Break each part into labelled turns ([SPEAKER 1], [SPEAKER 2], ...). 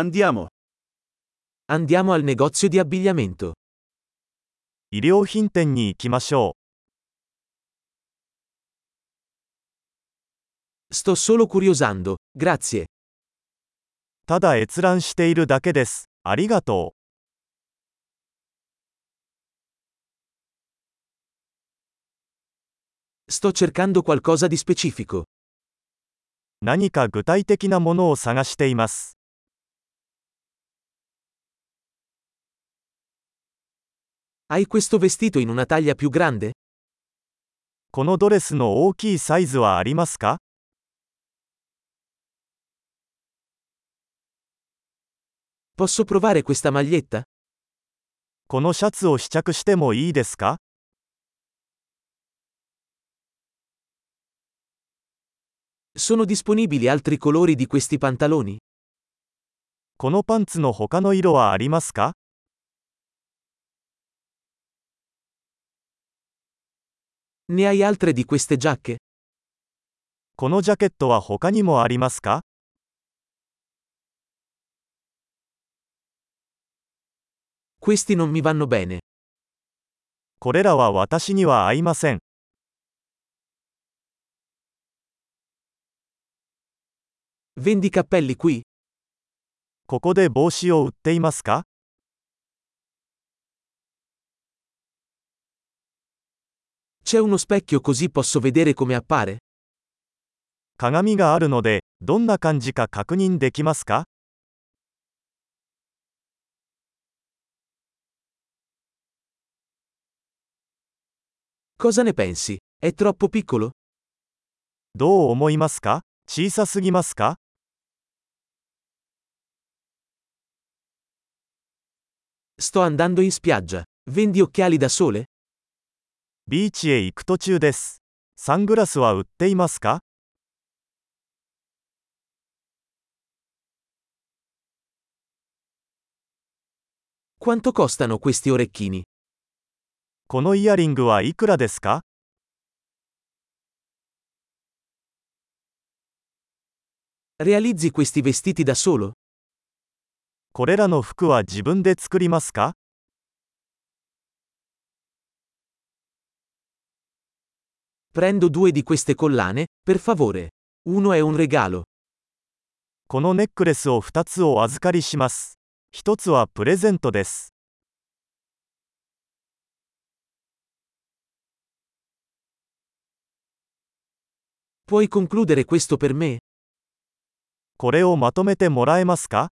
[SPEAKER 1] Andiamo.
[SPEAKER 2] Andiamo al negozio di abbigliamento.
[SPEAKER 3] 衣料品店に行きましょ
[SPEAKER 2] Sto solo curiosando, grazie.
[SPEAKER 3] う。ただ閲覧しているだけです。ありがと
[SPEAKER 2] Sto cercando qualcosa di specifico.
[SPEAKER 3] う。何か具体的なものを探しています。
[SPEAKER 2] Hai questo vestito in una taglia più grande?
[SPEAKER 3] このドレスの大きいサイズはありますか
[SPEAKER 2] Posso provare questa maglietta?
[SPEAKER 3] このシャツを試着してもいいですか
[SPEAKER 2] Sono disponibili altri colori di questi pantaloni?
[SPEAKER 3] このパンツの他の色はありますか
[SPEAKER 2] Ne hai altre di queste giacche?
[SPEAKER 3] このジャケットは他にもありますか
[SPEAKER 2] Questi non mi vanno bene.
[SPEAKER 3] これらは私には合いません。
[SPEAKER 2] Vendi cappelli qui?
[SPEAKER 3] ここで帽子を売っていますか
[SPEAKER 2] C'è uno specchio così posso vedere come appare?
[SPEAKER 3] 鏡があるので、どんな感じか確認できますか
[SPEAKER 2] Cosa ne pensi? È troppo piccolo?
[SPEAKER 3] どう思いますか小さすぎますか
[SPEAKER 2] Sto andando in spiaggia. Vendi occhiali da sole?
[SPEAKER 3] ビーチへ行く途中です。サングラスは売っていますか
[SPEAKER 2] Quanto costano questi orecchini?
[SPEAKER 3] このイヤリングはいくらですか
[SPEAKER 2] Realizzi questi vestiti da solo?
[SPEAKER 3] これらの服は自分で作りますか
[SPEAKER 2] Prendo due di queste collane, per favore. Uno è un regalo.
[SPEAKER 3] このネックレスを2つお預かりします。1つはプレゼントです。
[SPEAKER 2] Puoi concludere questo per me?
[SPEAKER 3] これをまとめてもらえますか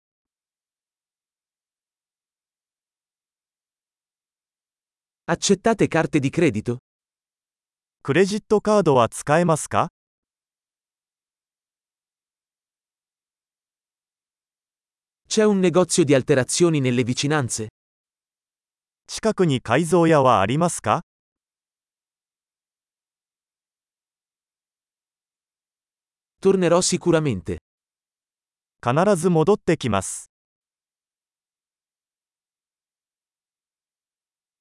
[SPEAKER 2] Accettate carte di credito?
[SPEAKER 3] クレジットカードは使えますか
[SPEAKER 2] C'è un negozio di alterazioni nelle vicinanze?
[SPEAKER 3] 近くに改造屋はありますか
[SPEAKER 2] Tornerò sicuramente.
[SPEAKER 3] 必ず戻ってきます。